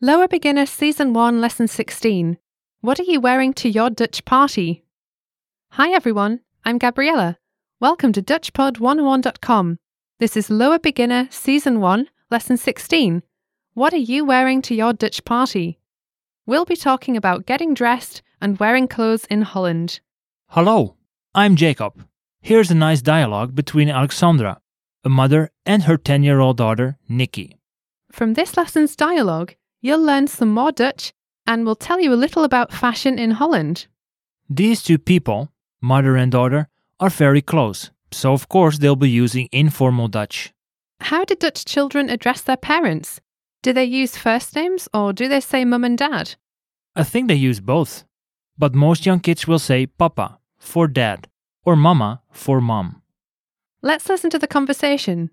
Lower Beginner Season 1, Lesson 16. What are you wearing to your Dutch party? Hi everyone, I'm Gabriella. Welcome to DutchPod101.com. This is Lower Beginner Season 1, Lesson 16. What are you wearing to your Dutch party? We'll be talking about getting dressed and wearing clothes in Holland. Hello, I'm Jacob. Here's a nice dialogue between Alexandra, a mother, and her 10 year old daughter, Nikki. From this lesson's dialogue, you'll learn some more Dutch and we'll tell you a little about fashion in Holland. These two people, mother and daughter, are very close, so of course they'll be using informal Dutch. How do Dutch children address their parents? Do they use first names or do they say mum and dad? I think they use both, but most young kids will say papa for dad or mama for mom. Let's listen to the conversation.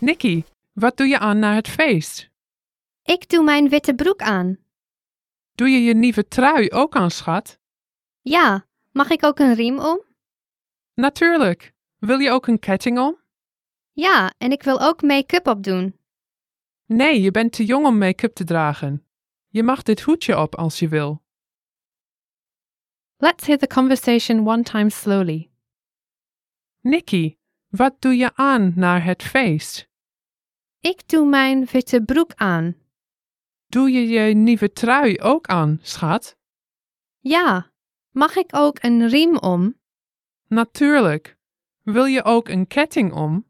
Nikki, wat doe je aan naar het feest? Ik doe mijn witte broek aan. Doe je je nieuwe trui ook aan, schat? Ja, mag ik ook een riem om? Natuurlijk. Wil je ook een ketting om? Ja, en ik wil ook make-up opdoen. Nee, je bent te jong om make-up te dragen. Je mag dit hoedje op als je wil. Let's hear the conversation one time slowly. Nicky, wat doe je aan naar het feest? Ik doe mijn witte broek aan. Doe je je nieuwe trui ook aan, schat? Ja, mag ik ook een riem om? Natuurlijk. Wil je ook een ketting om?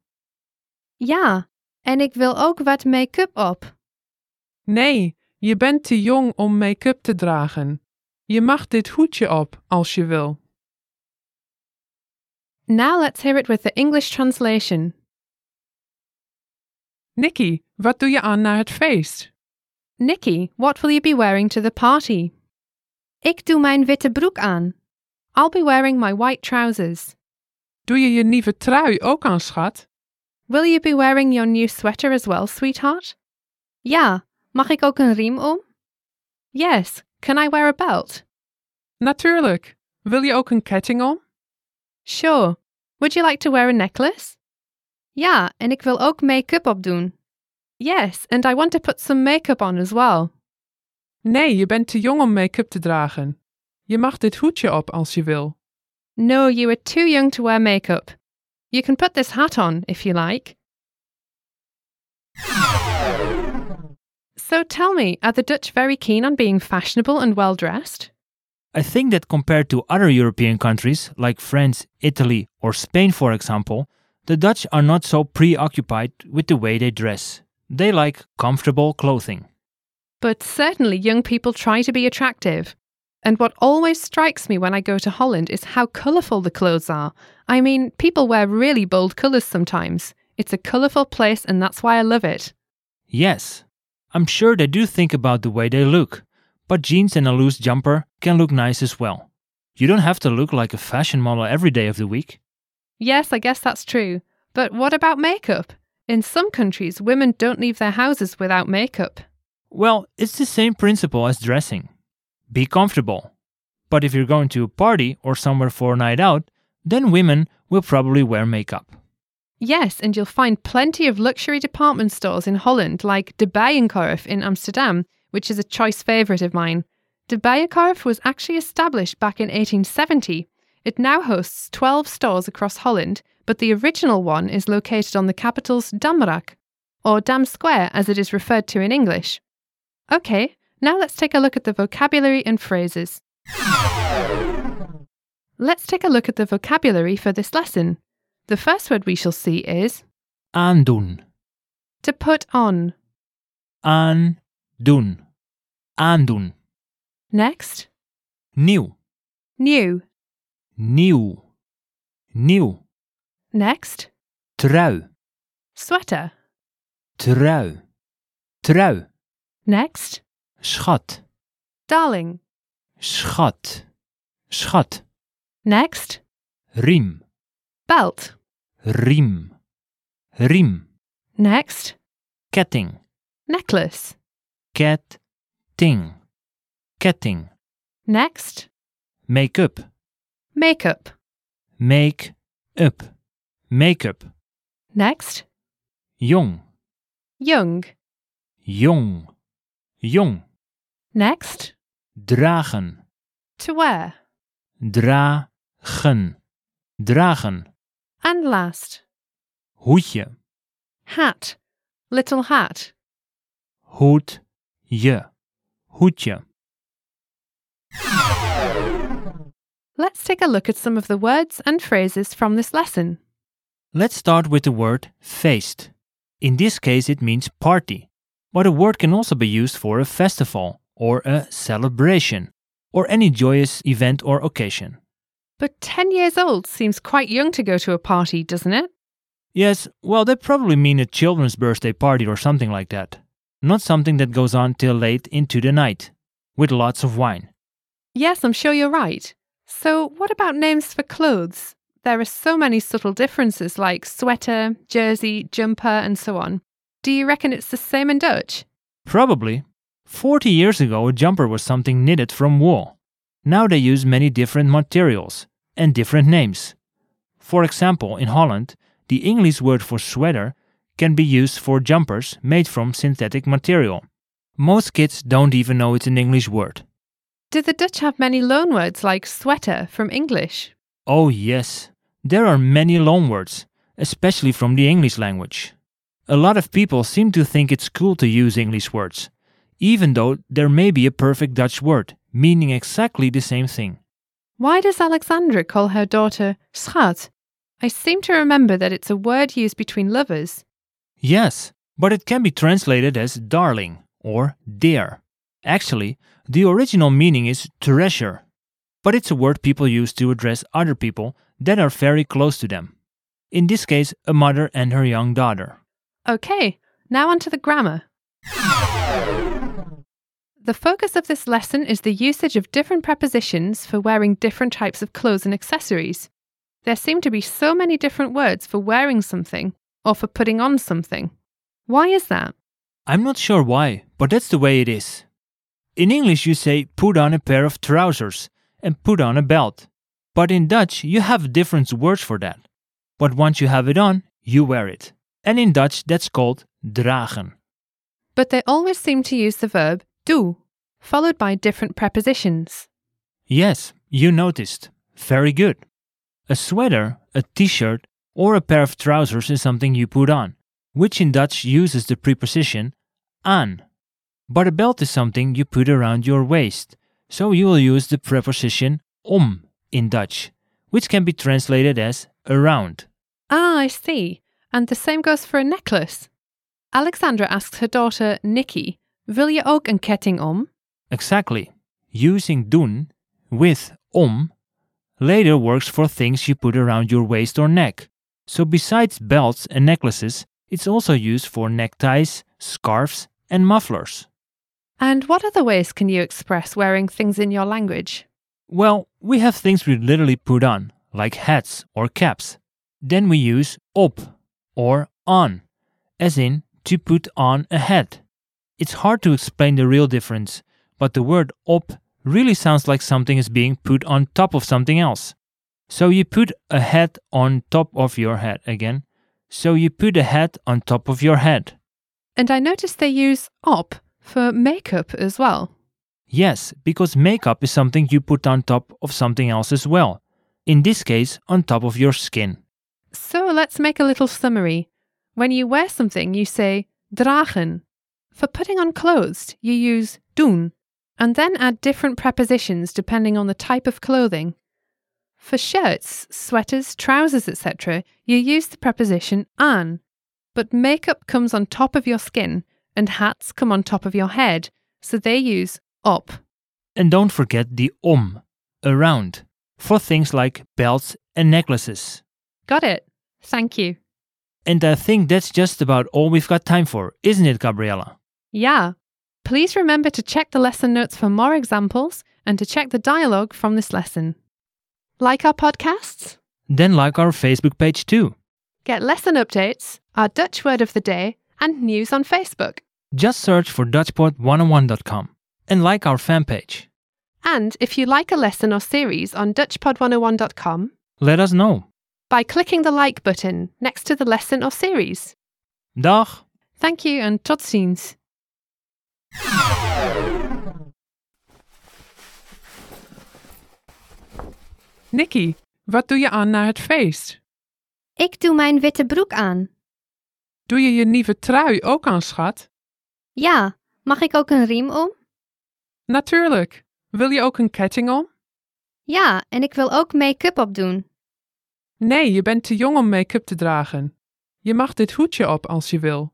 Ja, en ik wil ook wat make-up op. Nee, je bent te jong om make-up te dragen. Je mag dit hoedje op als je wil. Now let's hear it with the English translation. Nicky, wat doe je aan naar het feest? Nikki, what will you be wearing to the party? Ik doe mijn witte broek aan. I'll be wearing my white trousers. Doe je je nieuwe trui ook aan, schat? Will you be wearing your new sweater as well, sweetheart? Ja, mag ik ook een riem om? Yes. Can I wear a belt? Natuurlijk. Wil je ook een ketting om? Sure. Would you like to wear a necklace? Ja, en ik wil ook make-up opdoen. Yes, and I want to put some makeup on as well. Nee, je bent te jong om make-up te dragen. Je mag dit hoedje op als je wil. No, you are too young to wear makeup. You can put this hat on if you like. So tell me, are the Dutch very keen on being fashionable and well dressed? I think that compared to other European countries like France, Italy, or Spain, for example, the Dutch are not so preoccupied with the way they dress. They like comfortable clothing. But certainly young people try to be attractive. And what always strikes me when I go to Holland is how colourful the clothes are. I mean, people wear really bold colours sometimes. It's a colourful place, and that's why I love it. Yes, I'm sure they do think about the way they look, but jeans and a loose jumper can look nice as well. You don't have to look like a fashion model every day of the week. Yes, I guess that's true. But what about makeup? In some countries, women don't leave their houses without makeup. Well, it's the same principle as dressing. Be comfortable. But if you're going to a party or somewhere for a night out, then women will probably wear makeup. Yes, and you'll find plenty of luxury department stores in Holland, like De Bijenkorf in Amsterdam, which is a choice favourite of mine. De Bijenkorf was actually established back in 1870. It now hosts 12 stores across Holland, but the original one is located on the capital's Damrak, or Dam Square as it is referred to in English. Okay, now let's take a look at the vocabulary and phrases. Let's take a look at the vocabulary for this lesson. The first word we shall see is Aandoen. to put on. Aandoen. Aandoen. Next, Nieuw. new. Nieuw. Nieuw. Next, Trui. sweater. Trui. Trui. Next, Schat. darling. Schat. Schat. Next, Riem. belt. Riem. Riem. Next, Ketting. necklace. Ketting. Ketting. Next, Make up. makeup. Make up. Make-up. Next, Jong. young. Jong. Jong. Next, Dragen. to wear. Dragen. Dragen. And last, Hoedje. hat. Little hat. Hoedje. Hoedje. Let's take a look at some of the words and phrases from this lesson. Let's start with the word feest. In this case, it means party, but a word can also be used for a festival or a celebration or any joyous event or occasion. But 10 years old seems quite young to go to a party, doesn't it? Yes, well, they probably mean a children's birthday party or something like that. Not something that goes on till late into the night, with lots of wine. Yes, I'm sure you're right. So, what about names for clothes? There are so many subtle differences like sweater, jersey, jumper, and so on. Do you reckon it's the same in Dutch? Probably. 40 years ago, a jumper was something knitted from wool. Now they use many different materials and different names. For example, in Holland, the English word for sweater can be used for jumpers made from synthetic material. Most kids don't even know it's an English word. Do the Dutch have many loanwords like sweater from English? Oh, yes, there are many loanwords, especially from the English language. A lot of people seem to think it's cool to use English words, even though there may be a perfect Dutch word meaning exactly the same thing. Why does Alexandra call her daughter schat? I seem to remember that it's a word used between lovers. Yes, but it can be translated as darling or dear. Actually, the original meaning is treasure, but it's a word people use to address other people that are very close to them. In this case, a mother and her young daughter. Okay, now on to the grammar. The focus of this lesson is the usage of different prepositions for wearing different types of clothes and accessories. There seem to be so many different words for wearing something or for putting on something. Why is that? I'm not sure why, but that's the way it is. In English, you say put on a pair of trousers and put on a belt. But in Dutch, you have different words for that. But once you have it on, you wear it. And in Dutch, that's called dragen. But they always seem to use the verb do, followed by different prepositions. Yes, you noticed. Very good. A sweater, a t shirt, or a pair of trousers is something you put on, which in Dutch uses the preposition aan. But a belt is something you put around your waist, so you will use the preposition om in Dutch, which can be translated as around. Ah, I see. And the same goes for a necklace. Alexandra asks her daughter, Nikki, wil je ook een ketting om? Exactly. Using doen with om later works for things you put around your waist or neck. So besides belts and necklaces, it's also used for neckties, scarves, and mufflers. And what other ways can you express wearing things in your language? Well, we have things we literally put on, like hats or caps. Then we use op or on, as in to put on a hat. It's hard to explain the real difference, but the word op really sounds like something is being put on top of something else. So you put a hat on top of your head again. So you put a hat on top of your head. And I noticed they use op for makeup as well. Yes, because makeup is something you put on top of something else as well. In this case, on top of your skin. So let's make a little summary. When you wear something, you say dragen. For putting on clothes, you use doen, and then add different prepositions depending on the type of clothing. For shirts, sweaters, trousers, etc., you use the preposition aan. But makeup comes on top of your skin, and hats come on top of your head, so they use op. And don't forget the om, around, for things like belts and necklaces. Got it? Thank you. And I think that's just about all we've got time for, isn't it, Gabriella? Yeah. Please remember to check the lesson notes for more examples and to check the dialogue from this lesson. Like our podcasts? Then like our Facebook page too. Get lesson updates, our Dutch word of the day, and news on Facebook. Just search for DutchPod101.com and like our fan page. oh And if you like a lesson or series on DutchPod101.com, Let us know. by clicking the like button next to the lesson or series. Dag! Thank you and tot ziens. Nicky, wat doe je aan na het feest? Ik doe mijn witte broek aan. Doe je je nieuwe trui ook aan, schat? Ja, mag ik ook een riem om? Natuurlijk. Wil je ook een ketting om? Ja, en ik wil ook make-up opdoen. Nee, je bent te jong om make-up te dragen. Je mag dit hoedje op als je wil.